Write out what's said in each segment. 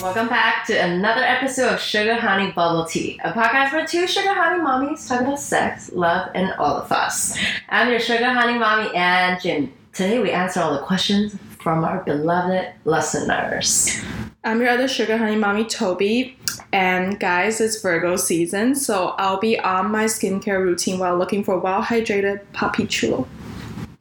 Welcome back to another episode of Sugar Honey Bubble Tea, a podcast where two sugar honey mommies talk about sex, love, and all of us. I'm your sugar honey mommy, and Jim. Today we answer all the questions from our beloved listeners. I'm your other sugar honey mommy, Toby. And guys, it's Virgo season, so I'll be on my skincare routine while looking for well hydrated puppy chulo.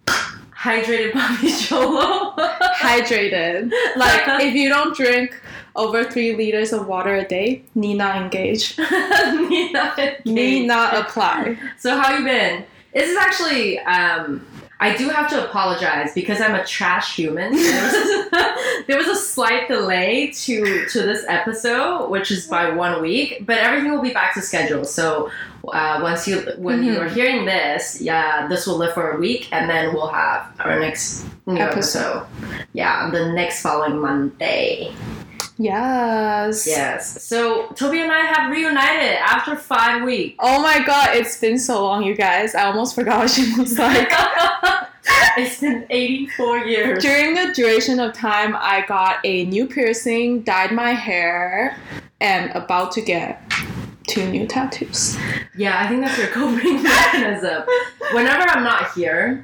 Hydrated Bobby Cholo. hydrated. Like, if you don't drink over three liters of water a day, need not engage. Nina. Need not apply. So how you been? This is actually um I do have to apologize because I'm a trash human. There was, there was a slight delay to to this episode, which is by one week, but everything will be back to schedule. So uh, once you when you Mhm. are hearing this, yeah, this will live for a week, and then we'll have our next new episode. Episode. Yeah, the next following Monday. Yes. Yes. So Toby and I have reunited after five weeks. Oh my god, it's been so long, you guys. I almost forgot what she looks like. it's been 84 years. During the duration of time, I got a new piercing, dyed my hair, and about to get two new tattoos. Yeah, I think that's your coping mechanism. Whenever I'm not here,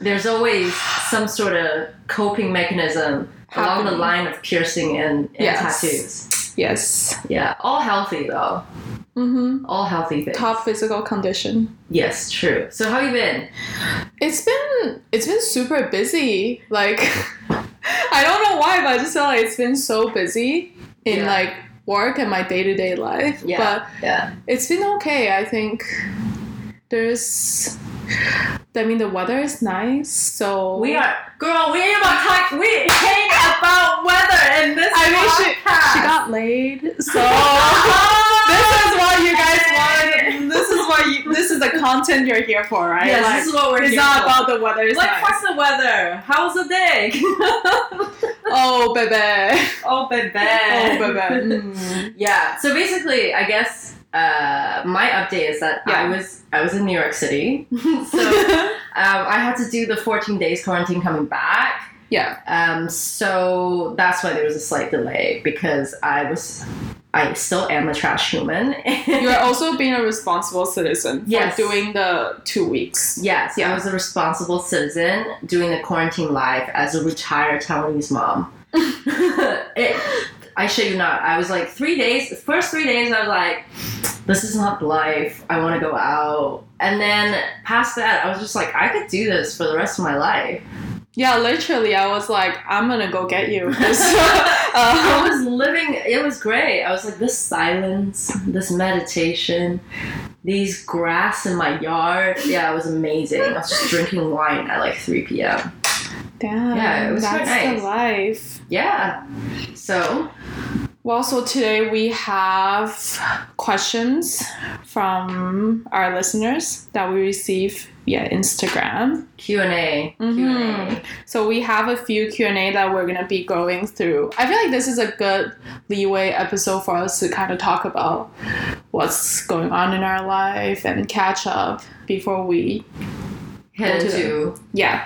there's always some sort of coping mechanism along the Happening. line of piercing and, and Yes. tattoos. Yes. Yeah, all healthy though. Mm-hmm. All healthy things. Top physical condition. Yes, true. So how you been? It's been it's been super busy. Like I don't know why, but I just feel like it's been so busy in Yeah. like work and my day to day life. Yeah. But Yeah. It's been okay, I think. There's. I mean, the weather is nice, so. We are girl, we ain't about talk we ain't about weather in this I mean, she, podcast. she got laid, so. this Oh! is what you guys want. This is what you. This is the content you're here for, right? Yes, Like, this is what we're it's here not for. about the weather. It's Like, nice. what's the weather? How's the day? Oh, baby. oh, baby. Oh, baby. Mm. Yeah. So basically, I guess uh, my update is that I Yeah. was I was in New York City, so um, I had to do the 14 days quarantine coming back. yeah. Um, so that's why there was a slight delay because I was I still am a trash human. You're also being a responsible citizen Yes. for doing the two weeks. Yes, I Yeah. was a responsible citizen doing the quarantine life as a retired Taiwanese mom. It- I shit you not. I was like three days, the first three days, I was like, this is not life. I want to go out. And then past that, I was just like, I could do this for the rest of my life. Yeah, literally, I was like, I'm gonna go get you. 'Cause, I um, was living, it was great. I was like, this silence, this meditation, these grass in my yard. Yeah, it was amazing. I was just drinking wine at like 3 p.m. Damn, Yeah, it was quite that's nice. the life. Yeah. So Well, so today we have questions from our listeners that we receive via Instagram. Q and A. Q and Mhm. A. So we have a few Q and A that we're gonna be going through. I feel like this is a good leeway episode for us to kind of talk about what's going on in our life and catch up before we Head We'll do into yeah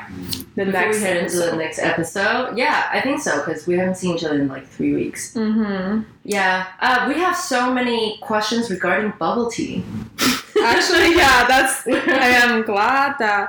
the before next we head into the episode. next episode. Yeah, I think so because we haven't seen each other in like three weeks. Mhm. Yeah, uh, we have so many questions regarding bubble tea. Actually, yeah, that's I am glad that.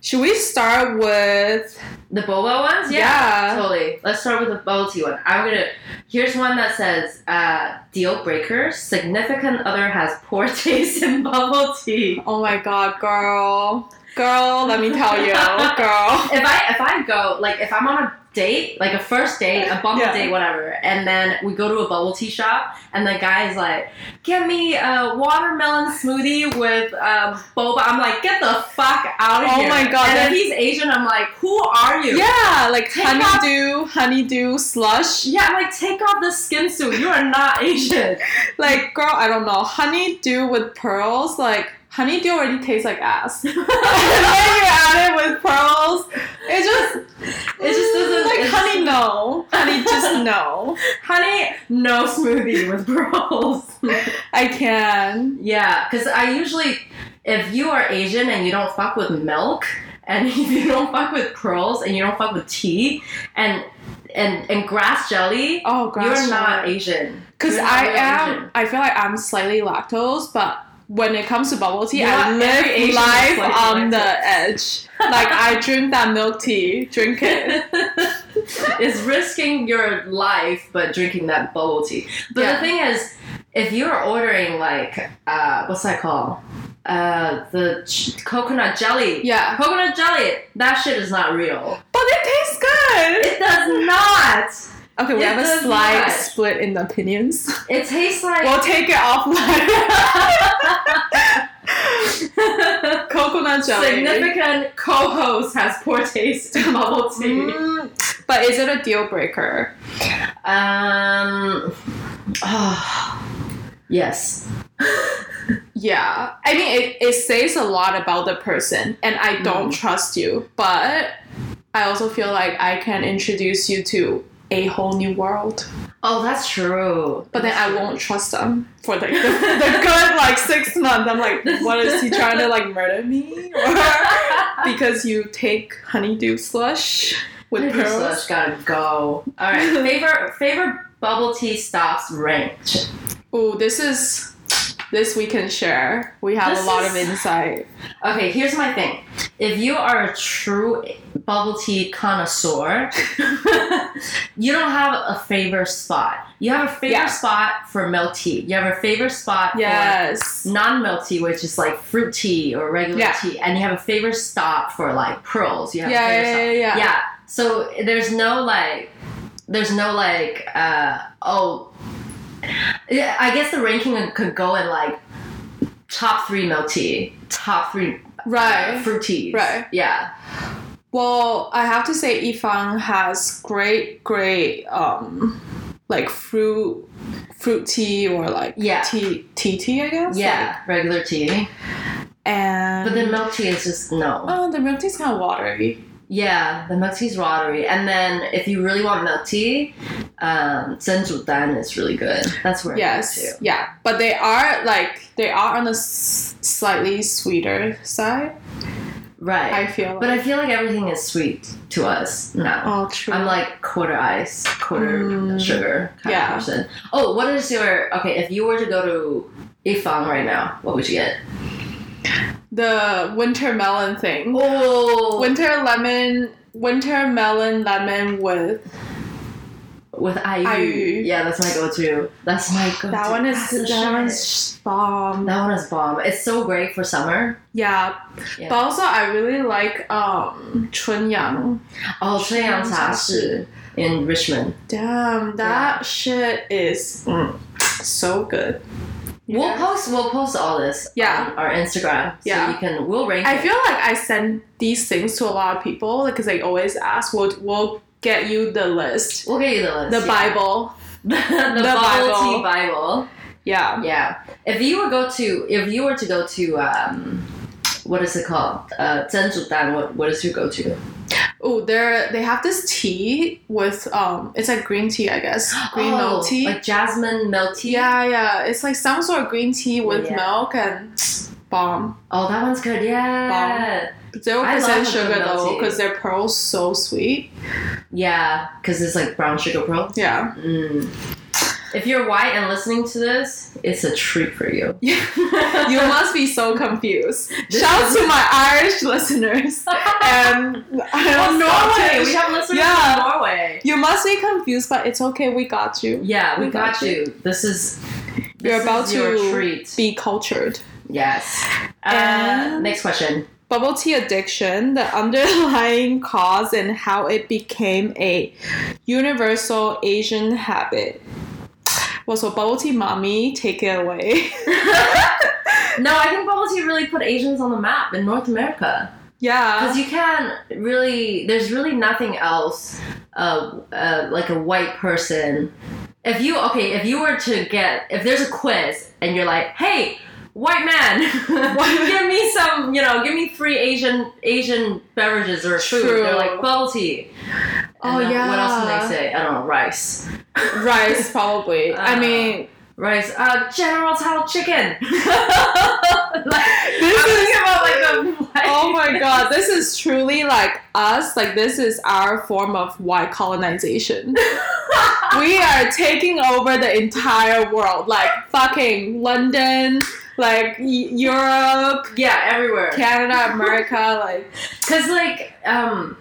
Should we start with? The boba ones. Yeah. totally. Let's start with the bubble tea one. I'm gonna. Here's one that says uh, deal breaker: significant other has poor taste in bubble tea. Oh my god, girl, girl. Let me tell you, girl. if I if I go like if I'm on a date like a first date a bumble Yeah. date whatever and then we go to a bubble tea shop and the guy is like get me a watermelon smoothie with um, boba I'm like get the fuck out of Oh here my God, and if that's- he's Asian I'm like who are you Yeah, like Take honeydew, honeydew slush. yeah I'm like take off the skin suit you are not Asian Like, girl, I don't know. Honeydew with pearls. Like, honeydew already tastes like ass. and then you add it with pearls. It just, It just doesn't- like it's- honey. No, honey, just no. honey no smoothie with pearls I can. Yeah, because I usually, if you are Asian and you don't fuck with milk, and if you don't fuck with pearls, and you don't fuck with tea, and and and grass jelly. Oh, gosh. You're not Asian. Because You're not I real am, Asian. I feel like I'm slightly lactose, but when it comes to bubble tea, Yeah, I live every Asian is life slightly on the lactose. edge. Like I drink that milk tea, drink it. it's risking your life, but drinking that bubble tea. But Yeah. the thing is, if you're ordering like uh, what's that called? Uh, the ch- coconut jelly. Yeah, Coconut jelly. That shit is not real. but it tastes good. It does not. Okay, we it have a does slight not. split in the opinions. It tastes like. we'll take it offline. Coconut jelly. Significant co-host has poor taste in bubble tea. Mm, but is it a deal breaker? Um. ah, yes. Yeah. I mean, it, it says a lot about the person, and I don't Mm. trust you, but I also feel like I can introduce you to a whole new world, Oh, that's true. but then I won't trust them for like the, the good like six months. I'm like, what is he trying to like murder me? because you take honeydew slush with Honeydew pearls. slush gotta go. All right, favorite favorite bubble tea stops ranked. Oh, this is this we can share. We have This a lot of is- insight. Okay, here's my thing. If you are a true bubble tea connoisseur, you don't have a favorite spot. You have a favorite Yeah. spot for milk tea. You have a favorite spot for Mm, Yes. non-milk tea, which is like fruit tea or regular Yeah. tea, and you have a favorite stop for like pearls. You Yeah, have a favorite yeah, yeah, yeah. stop. yeah. So there's no like, there's no like, uh, oh, yeah. I guess the ranking could go in like top three milk tea, top three uh, Right. fruit teas, Right. Yeah, Well, I have to say, Yifang has great, great, um, like fruit, fruit tea or like Yeah. tea, tea, tea, I guess. yeah, regular tea. Like, and But then milk tea is just no. oh, the milk tea's kind of watery. Yeah, the milk tea's watery. And then if you really want milk tea, um, Zenzu Dan is really good. That's where I go Yes. to. Yeah. But they are like they are on the s- slightly sweeter side. Right. I feel. Like. but I feel like everything is sweet to us now. oh, true. I'm like quarter ice, quarter Mm. sugar kind Yeah. of person. Oh, what is your okay? If you were to go to Ifang right now, what would you get? the winter melon thing. Oh, Winter lemon, winter melon lemon with with IU. IU. Yeah, that's my go-to. That's my go-to. that one is That's the that shit. one's bomb. that one is bomb. It's so great for summer. Yeah. Yeah. But also I really like um Chun Yang. Oh, 这样茶室 in Richmond. Damn, that shit is mm, so good. We'll Yeah. post we'll post all this Yeah. on our Instagram. Yeah. So you can we'll rank I it. feel like I send these things to a lot of people because they always ask, we'll, we'll get you the list, we'll get you the list. yeah. the Bible. the, The Bible Bible. tea Bible. Yeah. Yeah. If you were go to if you were to go to um what is it called? Uh 珍珠蛋, what what is your go to? Oh, they're they have this tea with um, it's like green tea, I guess, green oh, milk tea. Like jasmine milk tea. Oh, yeah, yeah, it's like some sort of green tea with Yeah. milk and bomb. Oh that one's good, yeah. Zero I love a percent good milk sugar though, tea. because their pearls so sweet. Yeah, because it's like brown sugar pearl. Yeah. Mm. If you're white and listening to this, it's a treat for you. You must be so confused. This Shout is- to my Irish listeners and I Oh, don't know Norway. Danish. We have listeners Yeah. from Norway. You must be confused, but it's okay. We got you. Yeah, we We got got you. This is You're this about is your to treat. Be cultured. Yes. Uh, And- next question. bubble tea addiction, the underlying cause, and how it became a universal Asian habit. Well, so bubble tea mommy, take it away. No, I think bubble tea really put Asians on the map in North America yeah. because you can really. There's really nothing else, uh, uh, like a white person. If you okay, if you were to get if there's a quiz and you're like, hey. White man, give me some, you know, give me three Asian Asian beverages or food. They're True. like bubble tea. And Oh then yeah. What else can they say? I don't know. Rice. Rice probably. Uh, I mean, writes, uh, General Tao Chicken. like, I'm thinking about like the white- Oh my god, this is truly like us. Like this is our form of white colonization. we are taking over the entire world. Like fucking London, like e- Europe, yeah, everywhere. Canada, America, like Cause like um,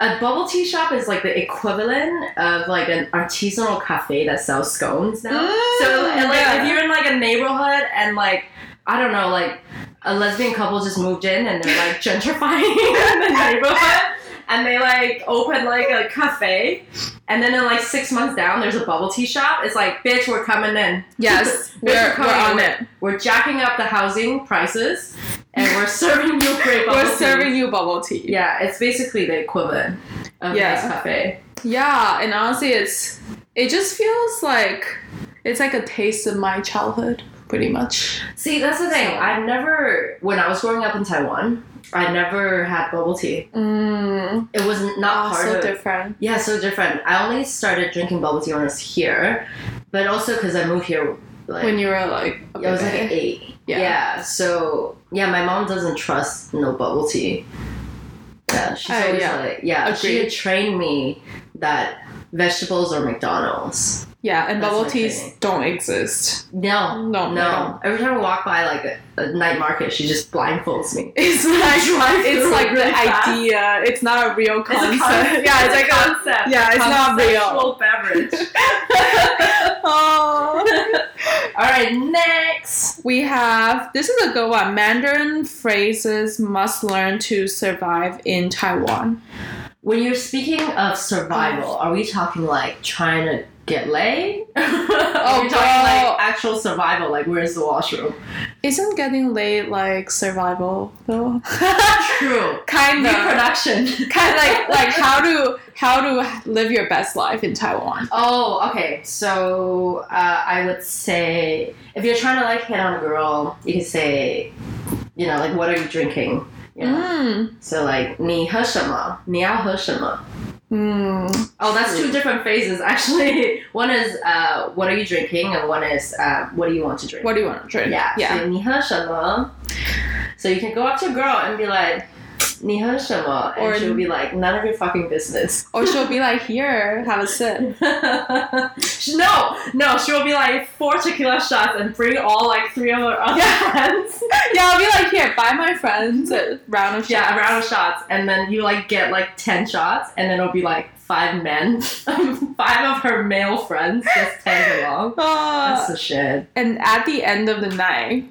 a bubble tea shop is like the equivalent of like an artisanal cafe that sells scones now. so and like yeah. if you're in like a neighborhood and like I don't know like a lesbian couple just moved in and they're like gentrifying the neighborhood. And they like open like a cafe, and then in like six months down, there's a bubble tea shop. It's like, bitch, we're coming in. Yes, Bitch, we're, we're coming on in. it. We're jacking up the housing prices, and we're serving you great bubble We're tea. serving you bubble tea. Yeah, it's basically the equivalent of Yeah. Nice Cafe. Yeah, and honestly, it's it just feels like it's like a taste of my childhood, pretty much. See, that's the thing. I've never, when I was growing up in Taiwan, I never had bubble tea. Mm, It was not oh, part so of. different. yeah, so different. I only started drinking bubble tea when I was here, but also because I moved here. Like, When you were like, a I was like baby. eight. Yeah. So yeah, my mom doesn't trust no bubble tea. Yeah, she's Oh, always yeah. like, yeah. She Agreed. had trained me that vegetables are McDonald's. yeah, and That's bubble my teas thing. don't exist. No, No, No. Every time I walk by like a, a night market, she just blindfolds me. It's like Drive it's through like really the fast. idea. It's not a real concept. concept. yeah, it's like a a concept. yeah, it's not real. Conceptual beverage. Oh. All right, next. We have this is a good one. Mandarin phrases must learn to survive in Taiwan. When you're speaking of survival, are we talking like trying to get laid? oh, are we talking girl. like actual survival? Like where's the washroom? Isn't getting laid like survival though? True. kind of, Reproduction. kind of like like how to how to live your best life in Taiwan. Oh, okay. So uh, I would say if you're trying to like hit on a girl, you could say, you know, like what are you drinking? You know? Mm. So like 你喝什么?你要喝什么? Mm. Oh, that's True. two different phases actually. One is uh, what are you drinking, and one is uh, what do you want to drink? What do you want to drink? yeah. yeah. So 你喝什么? So you can go up to a girl and be like. 你喝什么? And Or- she'll be like, none of your fucking business. Or she'll be like, here, have a sip. She- no, no, she will be like four tequila shots and bring all like three of her other Yeah. friends. Yeah, I'll be like, here, buy my friends a round of shots. Yeah, a round of shots, and then you like get like ten shots, and then it'll be like five men, five of her male friends just tagged along. Ah. That's the shit. and at the end of the night,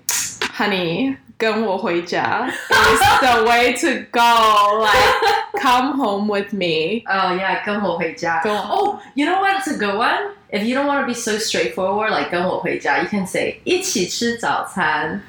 honey, 跟我回家 is the way to go. Like, come home with me. Oh yeah, 跟我回家. Go on. Oh, you know what's a good one? If you don't want to be so straightforward, like 跟我回家, you can say 一起吃早餐.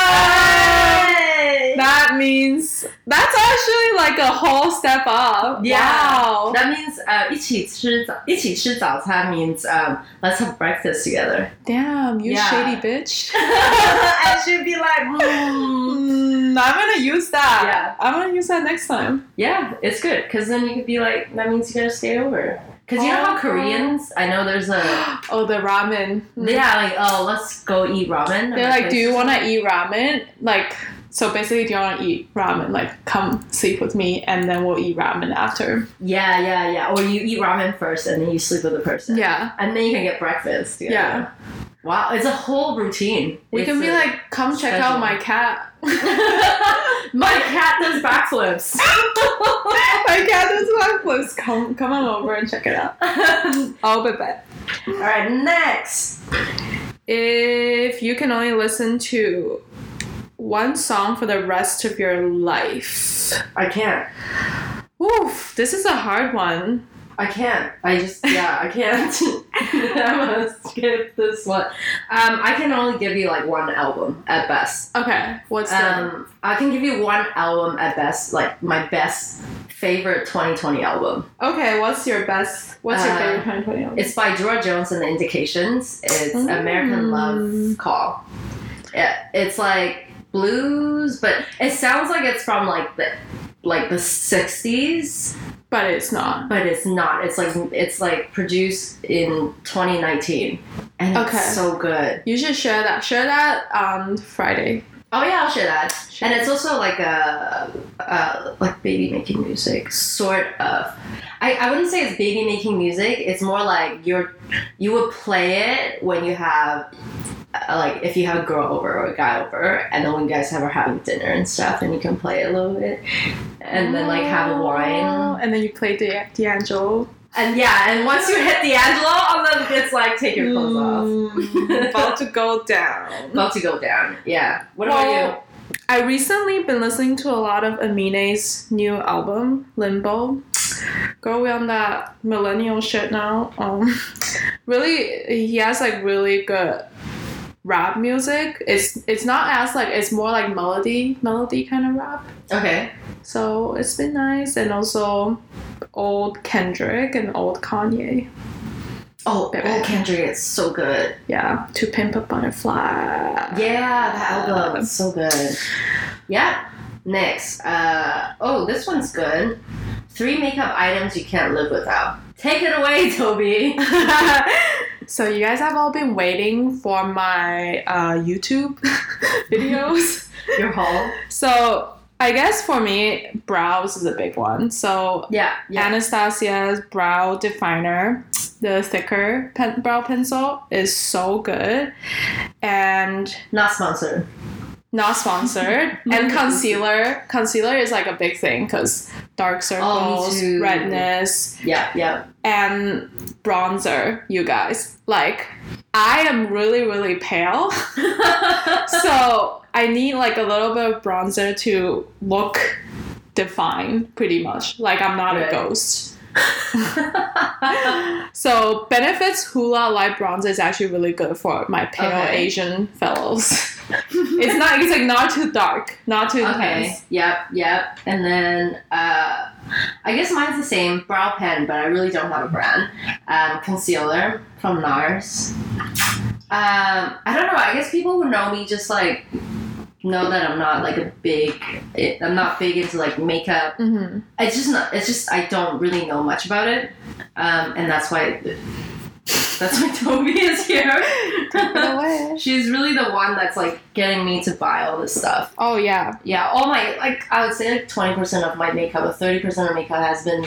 Damn! Hey! That means that's actually like a whole step up. Yeah. Wow. That means uh, 一起吃早-一起吃早餐 means um, let's have breakfast together. Damn, you Yeah. shady bitch. and she'd be like, mm. Mm, I'm gonna use that. Yeah. I'm gonna use that next time. yeah, it's good because then you could be like, that means you gotta stay over. Because you know Oh. how Koreans, I know there's a Oh, the ramen. Mm. yeah, like oh, let's go eat ramen. They're like, do you want want to eat ramen? Like, so basically, do you want to eat ramen? Like, come sleep with me, and then we'll eat ramen after. Yeah, yeah, yeah. Or you eat ramen first and then you sleep with the person. Yeah, And then you can get breakfast. together. Yeah. Wow, it's a whole routine. we It's can be a- like, come check special. out my cat. my cat does backflips. my cat is worthless. Come, come on over and check it out. Oh, but bet. All right, next. If you can only listen to one song for the rest of your life, I can't. oof, this is a hard one. I can't. I just yeah, I can't. I'm gonna skip this one. Um, I can only give you like one album at best. Okay, what's the? Um, I can give you one album at best, like my best favorite 2020 album. Okay, what's your best? What's your uh, favorite 2020 album? It's by Dora Jones and the Indications. It's American Mm. Love Call. Yeah, it's like blues, but it sounds like it's from like the like the sixties, but it's not. but it's not. It's like it's like produced in 2019, and Okay. it's so good. You should share that. Share that on Friday. Oh yeah, I'll share that. And it's also like a, a like baby making music, sort of. I, I wouldn't say it's baby making music. It's more like you're you would play it when you have uh, like if you have a girl over or a guy over, and then when you guys have are having dinner and stuff, and you can play it a little bit, and then like have a wine. Oh, And then you play the D'Angelo. And yeah, and once you hit the Angelo, and then it's like take your clothes off. Mm, about to go down. About to go down. Yeah. What Well, about I recently been listening to a lot of Amine's new album, Limbo. Girl, we on that millennial shit now. Um, really, he has like really good rap music. It's it's not as like it's more like melody melody kind of rap. you? Okay. So it's been nice, and also old Kendrick and old Kanye. Oh, Bit oh, bad. Kendrick, it's so good. Yeah, to pimp a butterfly. Yeah, that album is so good. Yeah. Next. Uh, oh, this one's good. Three makeup items you can't live without. Take it away, Toby. so you guys have all been waiting for my uh, YouTube videos. Your haul. So I guess for me, brows is a big one. So Yeah. Yeah. Anastasia's brow definer, the thicker pen- brow pencil, is so good, and Not sponsored. not sponsored. and concealer, concealer is like a big thing because Oh, dark circles, too. redness, Yeah. Yeah. and bronzer, you guys. Like, I am really, really pale. so I need like a little bit of bronzer to look defined, pretty much. Like, I'm not Right. a ghost. So, Benefits Hoola Light Bronzer is actually really good for my pale Okay. Asian fellows. it's not, it's like not too dark, not too Okay. intense. Yep. Yep. And then uh, I guess mine's the same brow pen, but I really don't have a brand. Um, concealer from NARS. Um, I don't know. I guess people who know me just like know that I'm not like a big. I'm not big into like makeup. hmm It's just not. It's just I don't really know much about it, um, and that's why. That's why Toby is here. She's really the one that's like getting me to buy all this stuff. oh, yeah. Yeah, all my like I would say like twenty percent of my makeup or thirty percent of makeup has been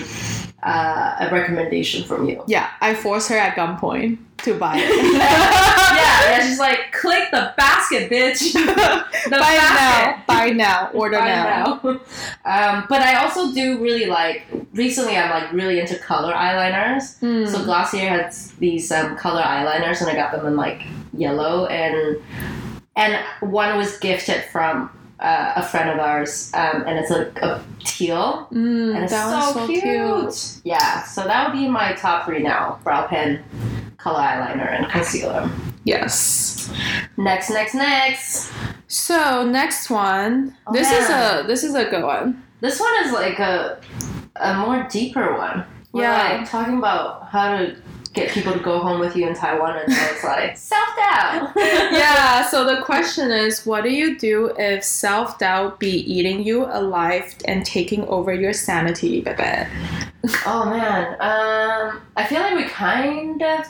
uh, a recommendation from you. Yeah, I forced her at gunpoint to buy it. yeah, yeah, she's like click the basket, bitch. The buy now, buy now, order Buy now. now. um, but I also do really like recently. I'm like really into color eyeliners. Mm. So Glossier has these um, color eyeliners, and I got them in like yellow and and one was gifted from uh, a friend of ours, um, and it's like a teal. Mm, And it's that so, one's so cute. Yeah, so that would be my top three now: brow pen, color eyeliner, and concealer. Yes. Next, next, next. So next one. Oh, this yeah. is a this is a good one. This one is like a a more deeper one. We're Yeah. like talking about how to get people to go home with you in Taiwan, and so it's like self doubt. yeah. So the question is, what do you do if self doubt be eating you alive and taking over your sanity, baby? Oh man, um, I feel like we kind of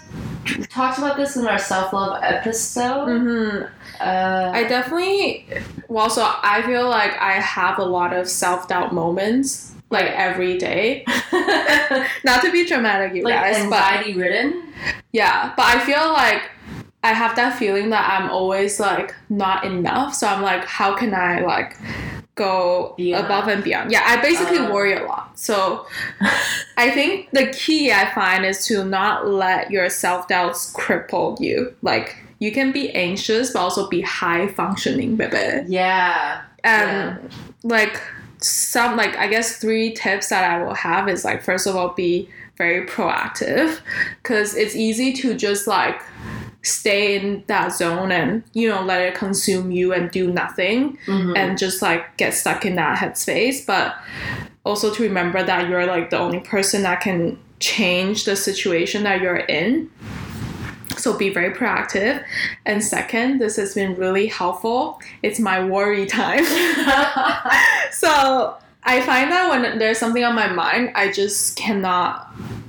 talked about this in our self love episode. Mm-hmm. Uh, I definitely, well, so I feel like I have a lot of self doubt moments like every day. Not to be dramatic, you like guys, but anxiety ridden. yeah, but I feel like I have that feeling that I'm always like not enough. So I'm like, how can I like go Be enough. above and beyond? Yeah, I basically Um. worry a lot. So I think the key I find is to not let your self doubts cripple you. Like, you can be anxious, but also be high functioning, baby Yeah. and Um, like some like i guess three tips that i will have is like first of all be very proactive because it's easy to just like stay in that zone and you know let it consume you and do nothing Mhm. and just like get stuck in that headspace but also to remember that you're like the only person that can change the situation that you're in so be very proactive and second this has been really helpful it's my worry time so I find that when there's something on my mind, I just cannot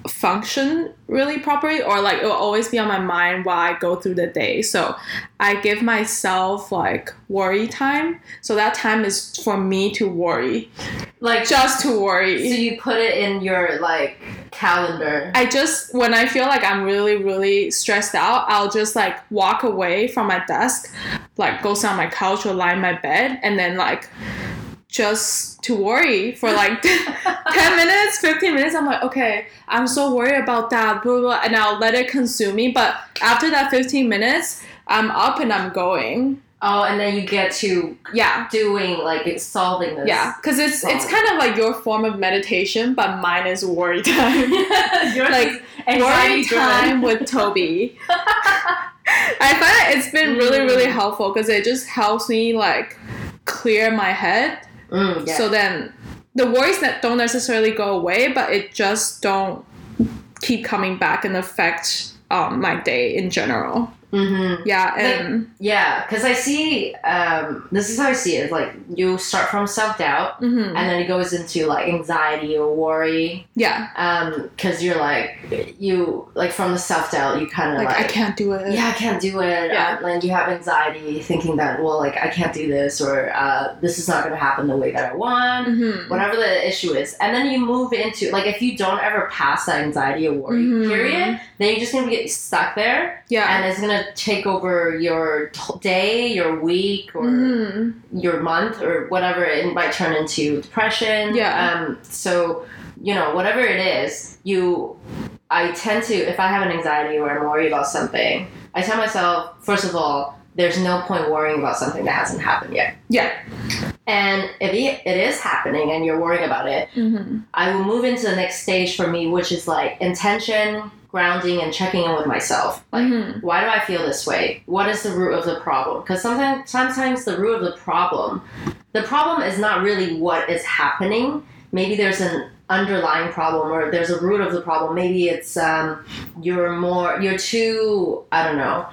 function really properly, or like it will always be on my mind while I go through the day. So I give myself like worry time. So that time is for me to worry, Like, so just to worry. you put it in your like calendar. I just when I feel like I'm really really stressed out, I'll just like walk away from my desk, like go sit on my couch or lie in my bed, and then like just to worry for like 10 minutes, 15 minutes. I'm like, okay, I'm so worried about that, blah, blah, blah, and I'll let it consume me. But after that 15 minutes, I'm up and I'm going. oh, and then you get to Yeah. doing like it's solving this. Yeah, because it's it's kind of like your form of meditation, but mine is worry time. Yours Like, is Worry anxiety-driven. time with Toby. I find that it's been Mm. really, really helpful because it just helps me like clear my head. Mm, yeah. So then the worries that don't necessarily go away, but it just don't keep coming back and affect um, my day in general. hmm Yeah, and Yeah, because I see um, this is how I see it. Like you start from self doubt, mhm. and then it goes into like anxiety or worry. yeah, Because you're like you like from the self doubt, you kind of like like, I can't do it. yeah, I can't do it. Yeah. And then you have anxiety, thinking that well, like I can't do this, or uh, this is not going to happen the way that I want. Mhm. Whatever the issue is, and then you move into like if you don't ever pass that anxiety or worry Mhm. period, then you're just gonna get stuck there, yeah. and it's gonna take over your t- day, your week, or Mhm. your month, or whatever. It might turn into depression. Yeah. Um, so you know, whatever it is, you, I tend to, if I have an anxiety or I'm worried about something, I tell myself, first of all, there's no point worrying about something that hasn't happened yet. Yeah. And if it- it is happening and you're worrying about it, Mhm. I will move into the next stage for me, which is like intention, grounding, and checking in with myself. Like, Mhm. why do I feel this way? What is the root of the problem? Because sometimes, sometimes the root of the problem, the problem is not really what is happening. Maybe there's an underlying problem, or there's a root of the problem. Maybe it's um, you're more, you're too, I don't know,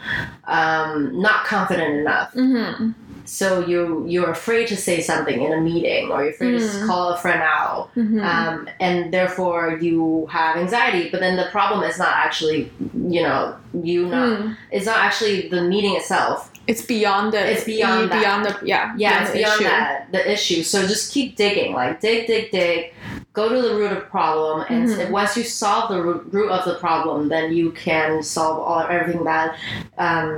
um, not confident enough. um, Mhm. So you you're afraid to say something in a meeting, or you're afraid to Mm. call a friend out Mhm. um, and therefore you have anxiety. But then the problem is not actually, you know, you not. Mm. It's not actually the meeting itself. It's beyond the. e, It's beyond that. beyond the. Yeah. Yeah, it's the beyond issue. that the issue. So just keep digging, like dig, dig, dig. Go to the root of the problem, and Mhm. once you solve the root root of the problem, then you can solve all everything that um,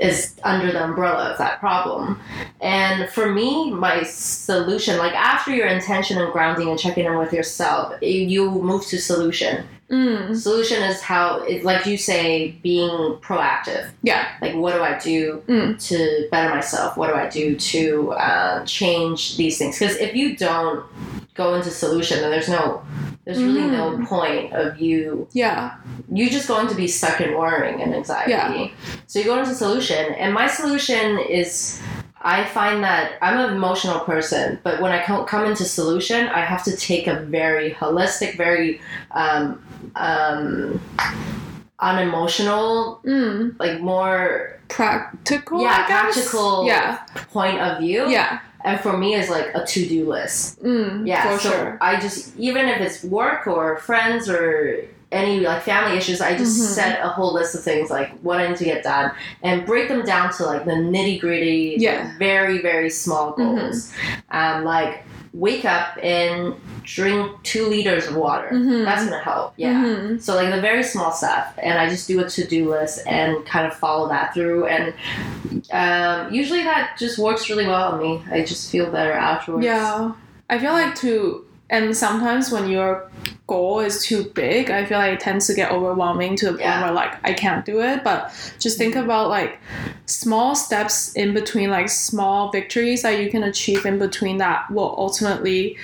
is under the umbrella of that problem. And for me, my solution, like after your intention and grounding and checking in with yourself, you move to solution. Mm. Solution is how, it, like you say, being proactive. Yeah. Like, what do I do Mm. to better myself? What do I do to uh, change these things? Because if you don't go into solution, then there's no, there's really Mm. no point of you. Yeah. You're just going to be stuck in worrying and anxiety. Yeah. So you go into solution, and my solution is. I find that I'm an emotional person, but when I co- come into solution, I have to take a very holistic, very um, um, unemotional, Mm. like more Practical. Yeah, I guess? practical. Yeah. point of view. Yeah. And for me, it's like a to do list. Mm. Yeah. For so sure. I just, even if it's work or friends or any like family issues, I just Mhm. set a whole list of things like what I need to get done and break them down to like the nitty gritty, Yeah. very, very small Mhm. goals. Um, like wake up and drink two liters of water. Mhm. That's going to help. Yeah. Mhm. So like the very small stuff, and I just do a to do list and kind of follow that through, and um, usually that just works really well on me. I just feel better afterwards. Yeah. I feel like to and sometimes when your goal is too big, I feel like it tends to get overwhelming to the point Yeah. Mm-hmm. where like I can't do it. But just think about like small steps in between, like small victories that you can achieve in between that will ultimately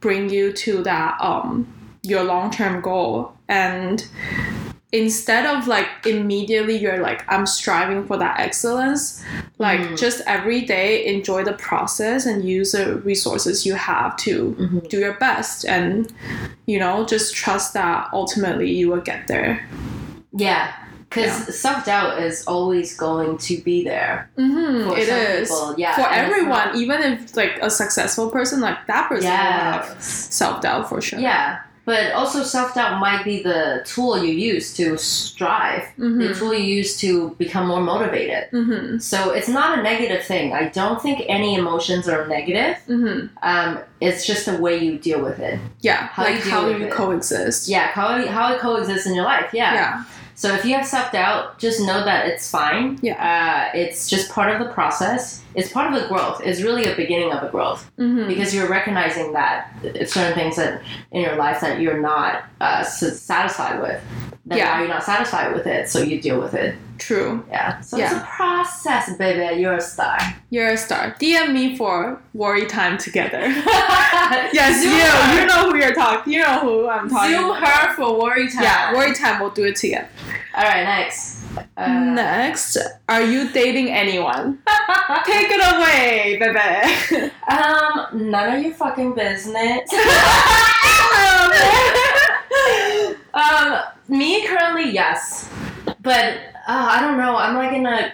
bring you to that um your long term goal and instead of like immediately you're like i'm striving for that excellence like Mhm. just every day enjoy the process and use the resources you have to Mhm. do your best and you know just trust that ultimately you will get there Yeah. Because self doubt is always going to be there. Mm-hmm. For It some is people. Yeah, for and it's everyone, not- even if like a successful person, like that person will have Yes. self doubt for sure. Yeah. But also, self doubt might be the tool you use to strive, the Mm-hmm. tool you use to become more motivated. Mm-hmm. So it's not a negative thing. I don't think any emotions are negative. Mm-hmm. Um, it's just the way you deal with it. Yeah. How like you deal how with you it. coexist. Yeah, how, how it coexists in your life. Yeah. Yeah. So if you have self doubt, just know that it's fine. Uh, it's just part of the process. It's part of the growth. It's really a beginning of a growth. Mm-hmm. because you're recognizing that certain things that in your life that you're not uh, s- satisfied with. That Yeah. now you're not satisfied with it, so you deal with it. True. Yeah. So it's Yeah. a process, baby. You're a star. You're a star. DM me for worry time together. yes, yes, you. You know who you're talking. You know who I'm talking. Zoom about. her for worry time. Yeah, worry time. We'll do it together. All right, next. Uh, Next, are you dating anyone? Take it away, baby. Um, none of your fucking business. Um, me currently, yes, but uh, I don't know. I'm like in a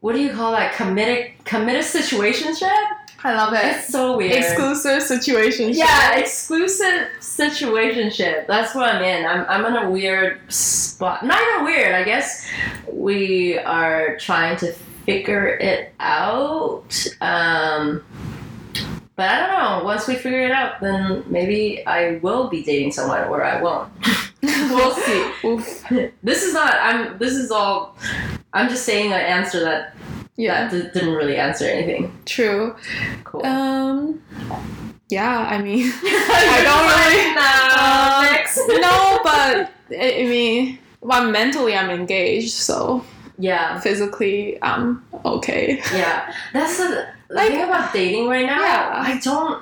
what do you call that committed committed situationship? I love It's so weird. Exclusive situation. yeah, exclusive situationship. That's what I'm in. I'm I'm in a weird spot. Not even weird. I guess we are trying to figure it out. Um. But I don't know. Once we figure it out, then maybe I will be dating someone or I won't. we'll see. Oof. This is not. I'm. This is all. I'm just saying an answer that Yeah. that d- didn't really answer anything. True. Cool. Um. Yeah. I mean. I Um, don't really know. no, but I I mean, well, mentally I'm engaged, so Yeah, physically I'm okay. yeah. That's the Like- like, thing about dating right now. Yeah. I don't.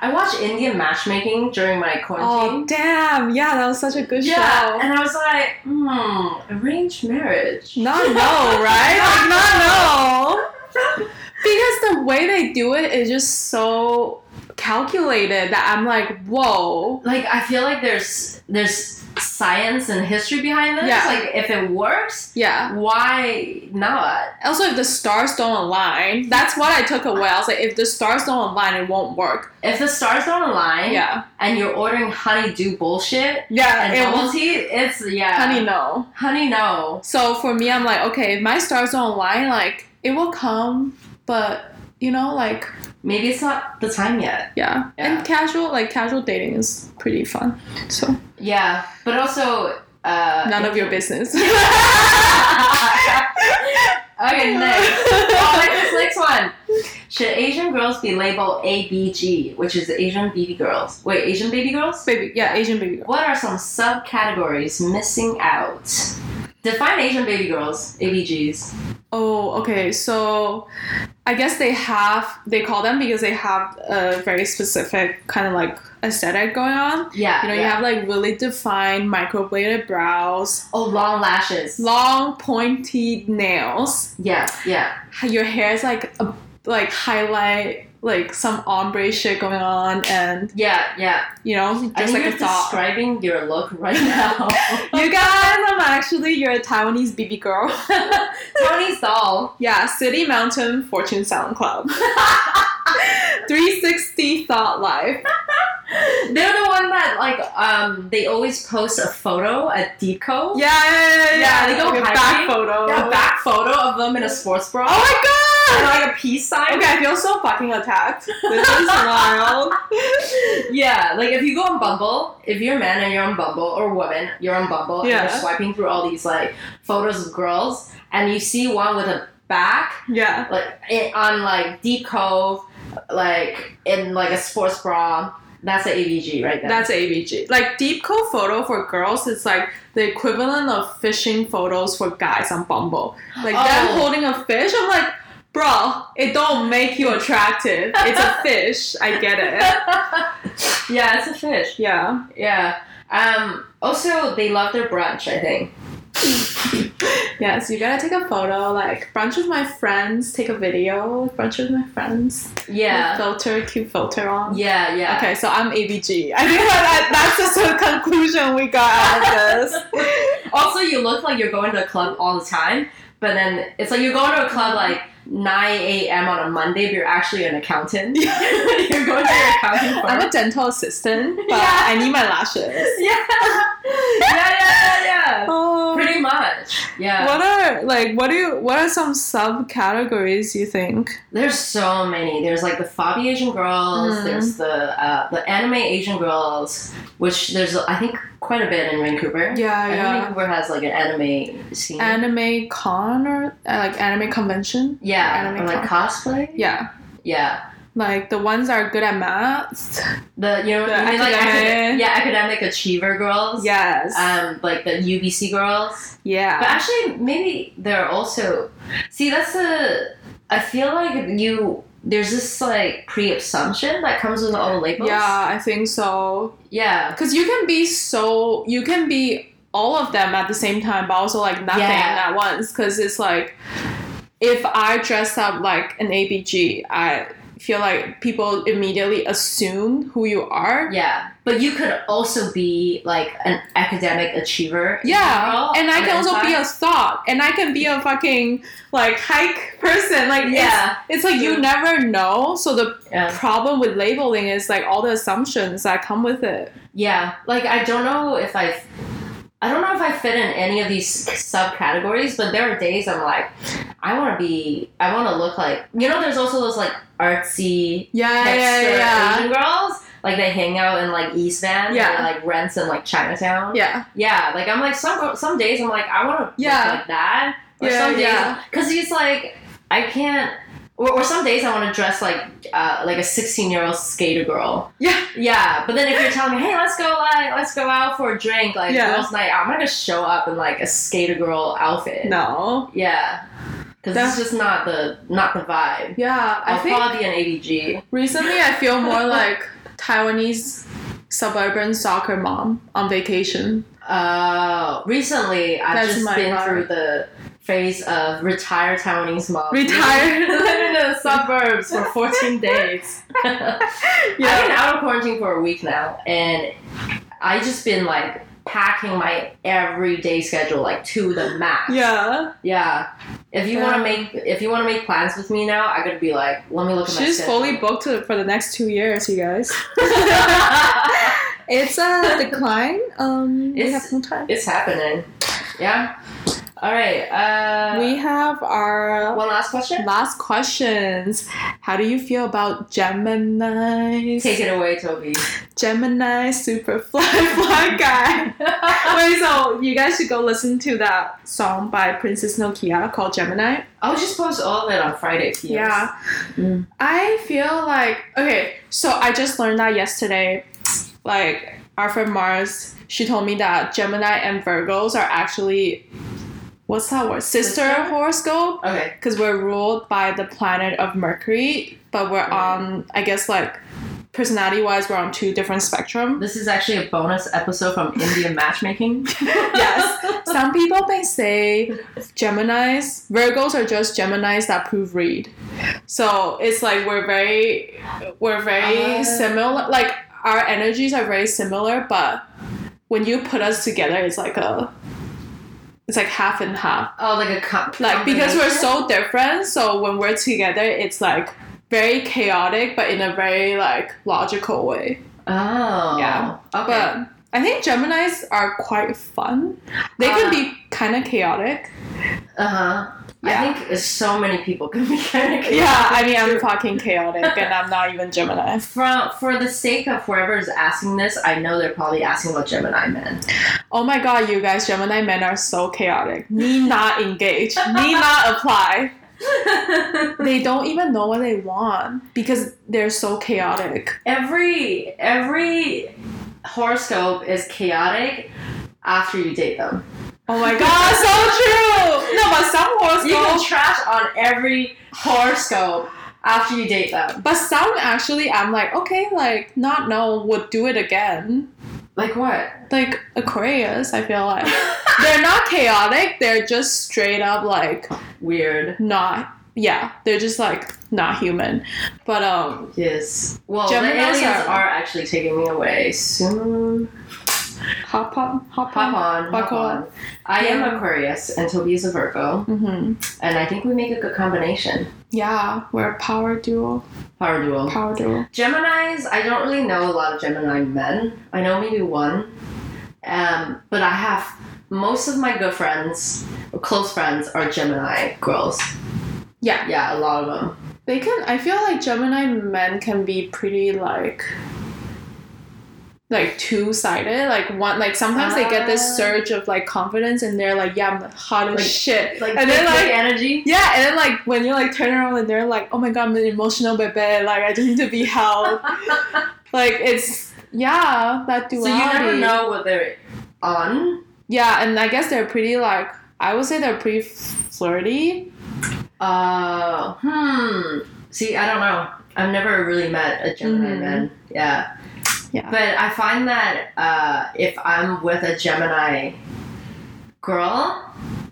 I watch Indian matchmaking during my Oh quarantine. damn! Yeah, that was such a good yeah, show. and I was like, hmm, arranged marriage. Not no, right? Like not no. Because the way they do it is just so calculated that I'm like, whoa. Like I feel like there's there's science and history behind this. Yeah. Like if it works, Yeah. why not? Also, if the stars don't align, that's what I took away. I was like, if the stars don't align, it won't work. If the stars don't align, Yeah. and you're ordering honeydew bullshit Yeah. and It bubble won't. tea, it's yeah. Honey, no. honey, no. So for me, I'm like, okay, if my stars don't align, like it will come, but you know, like Maybe it's not the time yet. yeah. Yeah. And casual, like casual dating is pretty fun. So Yeah, but also uh, none of your business. okay, next. Oh, like this next one. Should Asian girls be labeled ABG, which is Asian baby girls? Wait, Asian baby girls? baby, yeah, Asian baby girl. What are some subcategories missing out? Define Asian baby girls, ABGs. Oh, okay. So I guess they have they call them because they have a very specific kind of like aesthetic going on. Yeah, You know, you yeah. have like really defined microbladed brows, oh long lashes. long pointy nails. yeah, yeah, your hair is like a, like highlight like some ombre shit going on and yeah, yeah. you know I think just like a you're thought describing your look right now. you guys i'm actually your taiwanese bb girl Tony's doll. yeah city mountain fortune sound club 360 thought life They're the one that like um they always post a photo at Deco. yeah yeah yeah yeah, Yeah, they go like a back hiking. photo A back photo of them in a sports bra. oh my And god like a peace sign. okay i feel so fucking attacked this is wild Yeah, like if you go on Bumble, if you're a man and you're on Bumble or woman, you're on Bumble Yeah. and you're swiping through all these like photos of girls and you see one with a back yeah like it, on like deep cove, like in like a sports bra. That's an AVG right there. That's ABG. Like deep code photo for girls is like the equivalent of fishing photos for guys on Bumble. Like them Oh. holding a fish, I'm like, bro, it don't make you attractive. It's a fish. I get it. yeah, it's a fish. Yeah. Yeah. Um, also, they love their brunch. I think. Yeah. So you gotta take a photo. Like brunch with my friends. Take a video. Brunch with my friends. With Yeah. filter, cute filter on. Yeah. Yeah. Okay, so I'm ABG. I think that, that that's just the conclusion we got out of this. also, you look like you're going to a club all the time, but then it's like you're going to a club like 9 a.m. on a Monday, but you're actually an accountant. you're going to your accounting firm. I'm a dental assistant, but Yeah. I need my lashes. yeah. yeah, yeah, yeah, yeah. Oh, Pretty much. Yeah. What are like what do you what are some subcategories you think? There's so many. There's like the Fabi Asian girls. Mhm. There's the uh, the anime Asian girls, which there's I think quite a bit in Vancouver. Yeah, I think Vancouver has like an anime scene. Anime con or uh, like anime convention? yeah, anime or like cosplay. Yeah. yeah. Like the ones that are good at math. The you know The you mean like acad- academic- yeah academic achiever girls. Yes. Um, like the UBC girls. yeah. But actually, maybe they're also. See, that's a. I feel like you. There's this like pre-assumption that comes with all the labels. Yeah, I think so. Yeah. Because you can be so, you can be all of them at the same time, but also like nothing Yeah. at once. Because it's like, if I dress up like an ABG, I feel like people immediately assume who you are. Yeah. But you could also be like an academic achiever. in Yeah, general and I on the can also be inside. a thought, and I can be a fucking like hike person. Like, it's, Yeah. it's like you True. never know. So the Yeah. problem with labeling is like all the assumptions that come with it. Yeah. Like I don't know if I. I don't know if I fit in any of these subcategories, but there are days I'm like, I want to be, I want to look like, you know, there's also those like artsy Yeah, yeah, hipster yeah, Asian girls. Like they hang out in like East Van, Yeah. and like rents in like Chinatown. yeah, Yeah, like I'm like some girl- some days I'm like I want to Yeah. like that. Or Yeah, some days, yeah. Because he's like I can't. Or, or some days I want to dress like uh, like a 16 year old skater girl. yeah. Yeah, but then if you're telling me, hey, let's go like let's go out for a drink, like Yeah. girls' night, out, I'm not gonna show up in like a skater girl outfit. No. Yeah, because that's just not the not the vibe. Yeah, I I'll think probably be an ABG. recently I feel more like Taiwanese suburban soccer mom on vacation. Uh, recently, I've That's just my been vibe. through the phase of retired Taiwanese mom. Retired. Living in the suburbs for 14 days. I've been Yeah. out of quarantine for a week now, and I just been like packing my everyday schedule like to the max. Yeah. Yeah. If you want Yeah. to make if you want to make plans with me now, I gotta be like, let me look at my She's schedule. fully booked for the next two years, you guys. it's It's a decline. Um, we It's- have some time. happening. Yeah. All right. Uh, We have our one last question. last questions. How do you feel about Gemini? Take it away, Toby. Gemini Superfly Fly Guy. Wait, so you guys should go listen to that song by Princess Nokia called Gemini. I will just post all of it on Friday. yes. Yeah. Mm. I feel like okay, so I just learned that yesterday. Like our friend Mars, she told me that Gemini and Virgos are actually what's that word? Sister, Sister? horoscope. Okay. Because we're ruled by the planet of Mercury, but we're on I guess like personality wise we're on two different spectrum. This is actually a bonus episode from Indian matchmaking. Yes. Some people may say Geminis, Virgos are just Geminis that proofread. So it's like we're very, we're very Ah. similar. Like our energies are very similar, but when you put us together, it's like a, it's like half and half. Oh, like a com- Like because we're combination? so different, so when we're together, it's like very chaotic, but in a very like logical way. Oh. Yeah. Okay. But I think Geminis are quite fun. They can Uh, be kind of chaotic. uh huh. I Yeah. think it's so many people can be kind of Yeah, I mean, I'm fucking chaotic and I'm not even Gemini. From, for the sake of whoever is asking this, I know they're probably asking what Gemini meant. Oh my god, you guys, Gemini men are so chaotic. Need not engage, need not apply. They don't even know what they want because they're so chaotic. every every horoscope is chaotic after you date them. Oh my god, so true! No, but some You can horoscopes, trash on every horoscope after you date them. but some actually, I'm like, okay, like, not know would do it again. Like what? Like, Aquarius, I feel like. they're not chaotic, they're just straight up like, Weird. not yeah they're just like not human but um Yes. Well, Geminis the aliens are- are... actually taking me away soon. Aquarius. Hop on, hop Hop on. on, hop Buckle on. I am Yeah. Aquarius and Toby is a Virgo, Mm-hmm. and I think we make a good combination. Yeah, we're a power duo. Power duo. Power duo. Geminis, I don't really know a lot of Gemini men. I know maybe one. Um, but I have most of my good friends, or close friends, are Gemini girls. Yeah, Yeah, a lot of them. they can. I feel like Gemini men can be pretty like. Like two sided, like one, like sometimes they get Ah. this surge of like confidence and they're like, yeah, I'm the hot as Like- shit. Like, and big, then big like, energy. Yeah, and then like when you like turn around and they're like, oh my god, I'm an emotional baby, like I just need to be held. like it's yeah, that So duality. you never know what they're on. Yeah, and I guess they're pretty like I would say they're pretty flirty. Uh, hmm. See, I don't know. I've never really met a Gemini Mhm. man. Yeah. Yeah. But I find that uh, if I'm with a Gemini girl,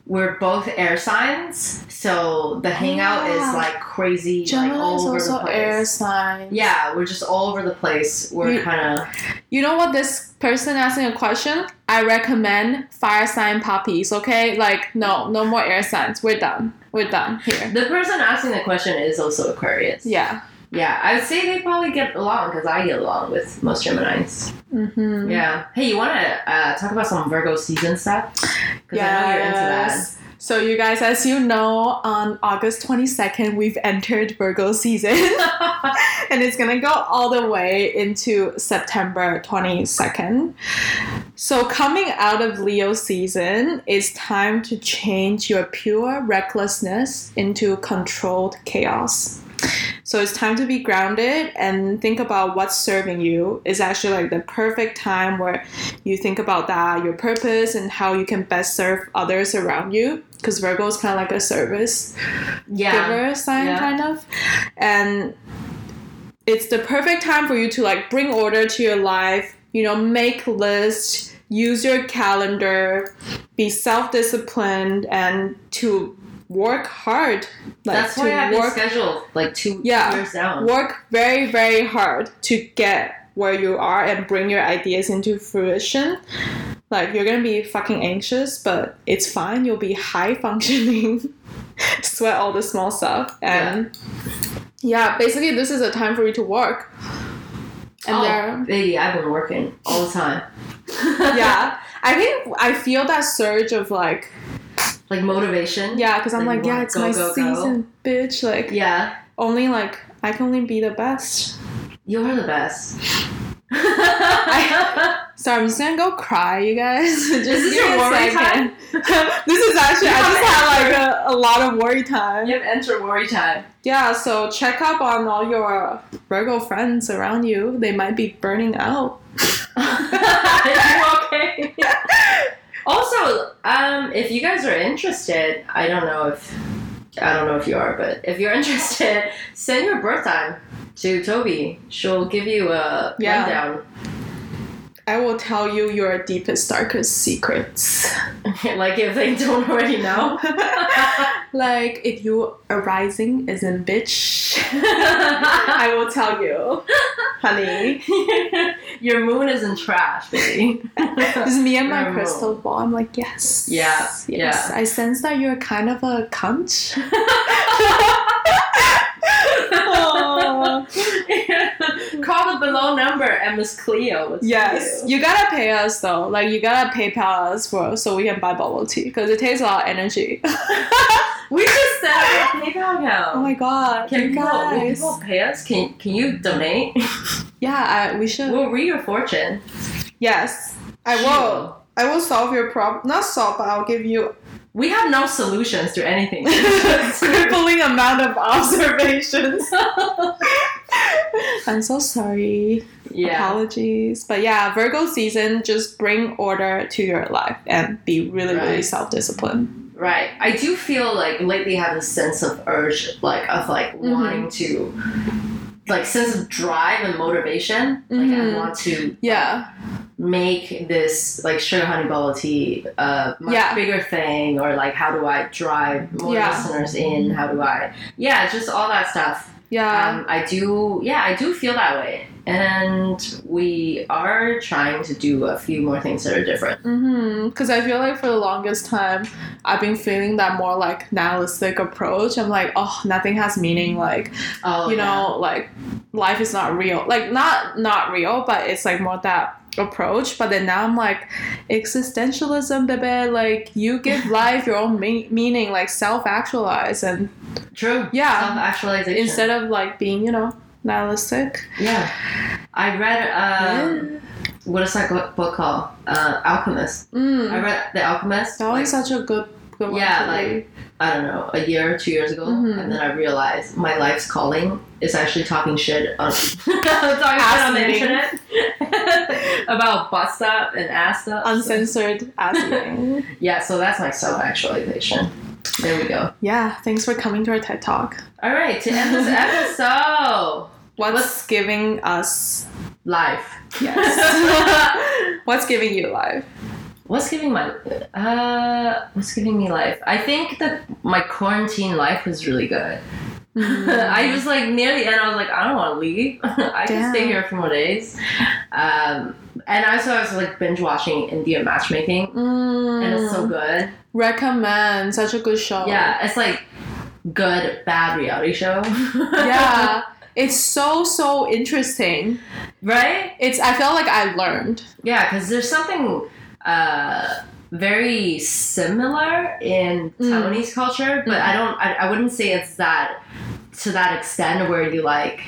we're both air signs, so the hangout Yeah. is like crazy, Ah. Gemini like all is over also the place. air sign. yeah, we're just all over the place. We're You- kind of You know what? This person asking a question. I recommend fire sign puppies. Okay, like no, no more air signs. We're done. We're done here. the person asking the question is also Aquarius. Yeah. yeah. I would say they probably get along because I get along with most Geminis. Mm-hmm. Yeah. Hey, you want to uh, talk about some Virgo season stuff? Because I know you're into that. Yes. So you guys, as you know, on August 22nd, we've entered Virgo season. and it's gonna go all the way into September 22nd. So coming out of Leo season, it's time to change your pure recklessness into controlled chaos. So it's time to be grounded and think about what's serving you. It's actually like the perfect time where you think about that, your purpose, and how you can best serve others around you. Because Virgo is kind of like a service Yeah. giver sign, Yeah. kind of. And it's the perfect time for you to like bring order to your life, you know, make lists, use your calendar, be self disciplined, and to work hard. Like That's to why I've been work scheduled like two Yeah. years down. work very very hard to get where you are and bring your ideas into fruition like you're gonna be fucking anxious but it's fine you'll be high functioning sweat all the small stuff and yeah, basically this is a time for you to work and oh, there baby, I've been working all the time. yeah i think i feel that surge of like like motivation. yeah because i'm Like, like, you yeah wanna it's go, my go, go. season bitch like Yeah. only like i can only be the best You're the best. So I'm just gonna go cry, you guys. just Is this give your me a worry second. this is actually You I have just had like a, a lot of worry time. you have enter worry time. Yeah, so check up on all your Virgo friends around you. They might be burning out. Are you okay? also, um, if you guys are interested, I don't know if I don't know if you are, but if you're interested, send your birth time to Toby. She'll give you a Yeah. rundown. I will tell you your deepest, darkest secrets. like if they don't already know. like if you are rising is in bitch. I will tell you, honey. your moon is in trash, baby. It's me and my Your crystal ball. I'm like, yes. Yeah, Yes. yeah. I sense that you're kind of a cunt. Aw. Call the below number and Miss Cleo. will tell Yes. you. You gotta pay us though. Like you gotta PayPal us for so we can buy bubble tea because it takes a lot of energy. We just set up a PayPal account. oh my god. Can you people, will guys. people pay us? Can Can you donate? Yeah, I, we should. we'll read your fortune. yes. I will. I will solve your problem. Not solve, but I'll give you We have no solutions to anything. crippling amount of observations. I'm so sorry. yeah. Apologies. But yeah, Virgo season, just bring order to your life and be really, really Right. self disciplined. Right. I do feel like lately I have a sense of urge, like of like Mhm. wanting to, like sense of drive and motivation. Like Mhm. I want to Yeah. make this like sugar honey bubble tea uh, much Yeah. bigger thing, or like how do I drive more Yeah. listeners in? How do I? Yeah, just all that stuff. Yeah. um, I do, yeah, I do feel that way. And we are trying to do a few more things that are different. Mm-hmm. Because I feel like for the longest time, I've been feeling that more like nihilistic approach. I'm like, oh, nothing has meaning. Like, Oh, you yeah. know, like life is not real. Like, not not real, but it's like more that approach. But then now I'm like, existentialism, baby. Like, you give life your own me- meaning. Like, self actualize, and True. Yeah. Self actualization. instead of like being, you know, nihilistic. yeah. I read um, what is that go- book called? Uh, Alchemist. Mm. I read The Alchemist. That was like, such a good, good one. Yeah, to like, read. I don't know, a year or two years ago, Mhm. and then I realized my life's calling is actually talking shit on, talking shit on the eating. internet about butt stuff and ass stuff. uncensored ass eating. Yeah, so that's my self actualization. There we go. yeah, thanks for coming to our TED Talk. All right, to end this episode, What's giving us? life. Yes. What's giving you life? What's giving my uh what's giving me life? I think that my quarantine life was really good. Mm. I was like near the end I was like, I don't wanna leave. I can stay Damn. here a few more days. Um and also I was like binge watching Indian matchmaking Mm. and it's so good. recommend such a good show. Yeah, it's like good bad reality show. yeah. It's so so interesting. right? It's I felt like I learned. Yeah, because there's something uh, very similar in Mm. Mm-hmm. Taiwanese culture, but I don't, I, I wouldn't say it's that to that extent where you like,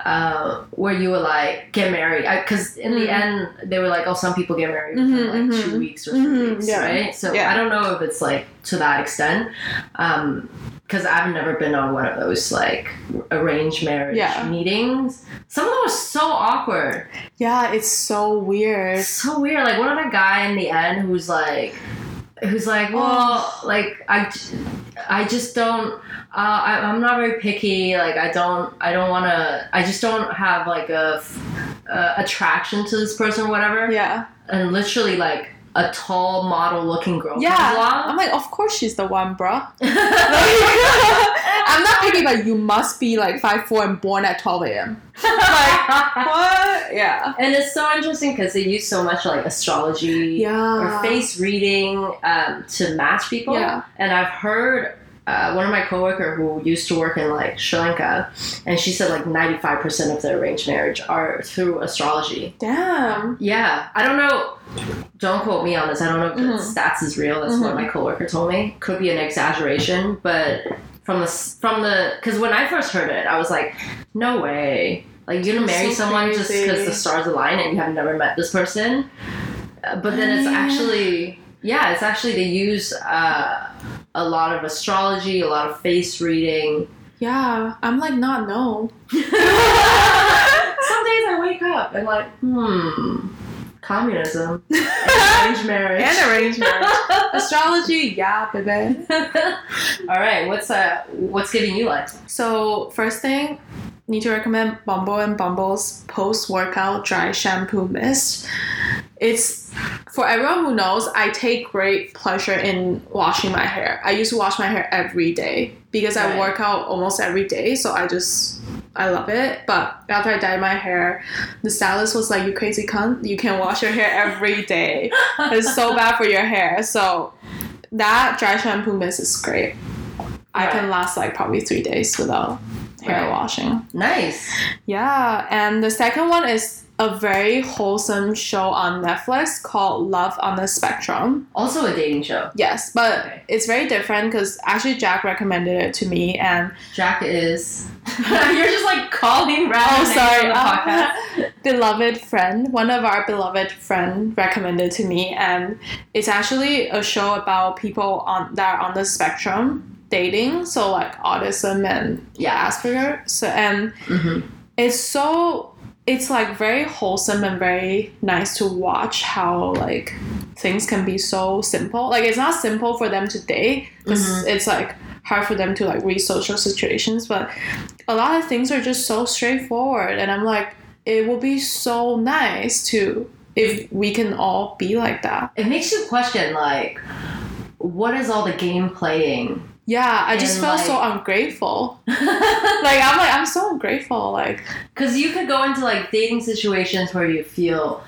uh, where you would like get married. Because in the Mm. end, they were like, oh, some people get married within Mhm, like mhm. two weeks or 3 Mhm, weeks, yeah. right? So Yeah. I don't know if it's like to that extent. Um, because I've never been on one of those like arranged marriage Yeah. meetings. Some of them were so awkward. Yeah, it's so weird. It's so weird. Like, what about a guy in the end who's like, who's like, Oh. well, like I, j- I just don't. Uh, I, I'm not very picky. Like, I don't. I don't want to. I just don't have like a f- uh, attraction to this person or whatever. Yeah. And literally, like a tall model-looking girl comes Yeah. I'm along. like, of course she's the one, bruh. I'm not picky, but you must be like five four and born at 12 a.m. What? Yeah. and it's so interesting because they use so much like astrology. Yeah. or face reading um, to match people. Ah. Yeah. And I've heard uh, one of my coworker who used to work in like Sri Lanka, and she said like ninety five percent of the arranged marriage are through astrology. Damn. Yeah, I don't know. Don't quote me on this. I don't know if the Mhm. stats is real. That's what Mhm. my coworker told me. Could be an exaggeration, but from the s- from the because when I first heard it, I was like, no way. Like you're gonna That's marry so someone just because crazy. the stars align and you have never met this person. Uh, but then it's Yeah. actually yeah, it's actually they use uh, a lot of astrology, a lot of face reading. Yeah. I'm like, not no. Some days I wake up and like, hmm, communism, arranged marriage, And arranged marriage. Astrology, yeah, baby. All right, what's uh, what's giving you like? So first thing, need to recommend Bumble and Bumble's post-workout dry shampoo mist. It's for everyone who knows, I take great pleasure in washing my hair. I used to wash my hair every day because I Right. work out almost every day, so I just I love it. But after I dyed my hair, the stylist was like, You crazy cunt, you can wash your hair every day. It's so bad for your hair. So that dry shampoo mist is great. I Right. can last like probably three days without hair Right. washing. Nice. Yeah, and the second one is a very wholesome show on Netflix called Love on the Spectrum. Also a dating show. Yes, but Okay. it's very different because actually Jack recommended it to me, and Jack is. You're just like calling random Oh, names sorry. on the Uh, podcast. beloved friend, one of our beloved friend recommended to me, and it's actually a show about people on that are on the spectrum dating, so like autism and Yeah. Asperger. So and Mhm. it's so it's like very wholesome and very nice to watch how like things can be so simple. Like it's not simple for them to date because Mhm. it's like hard for them to like read social situations, but a lot of things are just so straightforward and I'm like it will be so nice to if we can all be like that. It makes you question like, what is all the game playing? Yeah, I just And, felt so like- ungrateful. Like I'm like I'm so ungrateful. Like Because you could go into like dating situations where you feel,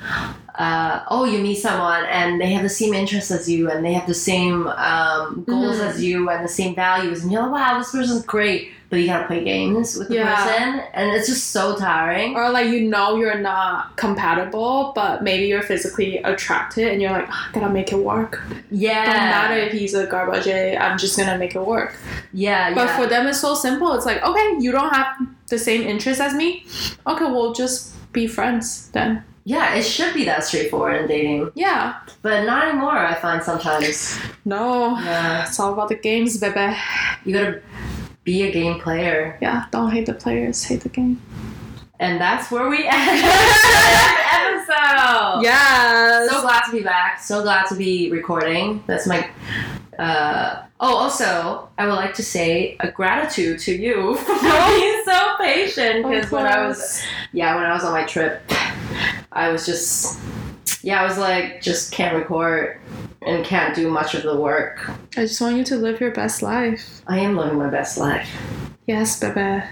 uh, oh, you meet someone and they have the same interests as you and they have the same um, goals Mhm. as you and the same values, and you're like, wow, this person's great, but you gotta play games with the Yeah. person, and it's just so tiring. or like you know you're not compatible, but maybe you're physically attracted and you're like, "Ah, gotta make it work. Yeah, Don't matter if he's a garbage, eh, I'm just gonna make it work. yeah, But yeah. for them, it's so simple. It's like, okay, you don't have the same interests as me. Okay, we'll just be friends then. yeah, it should be that straightforward in dating, Yeah. but not anymore. I find sometimes. No. Yeah, It's all about the games, baby. you gotta be a game player, Yeah, don't hate the players, hate the game. and that's where we end this episode. Yes. So glad to be back. So glad to be recording. That's my. Uh, oh, also, I would like to say a gratitude to you for being so patient. Because when I was, yeah, when I was on my trip, I was just, yeah, I was like, just can't record and can't do much of the work. I just want you to live your best life. I am living my best life. Yes, baby.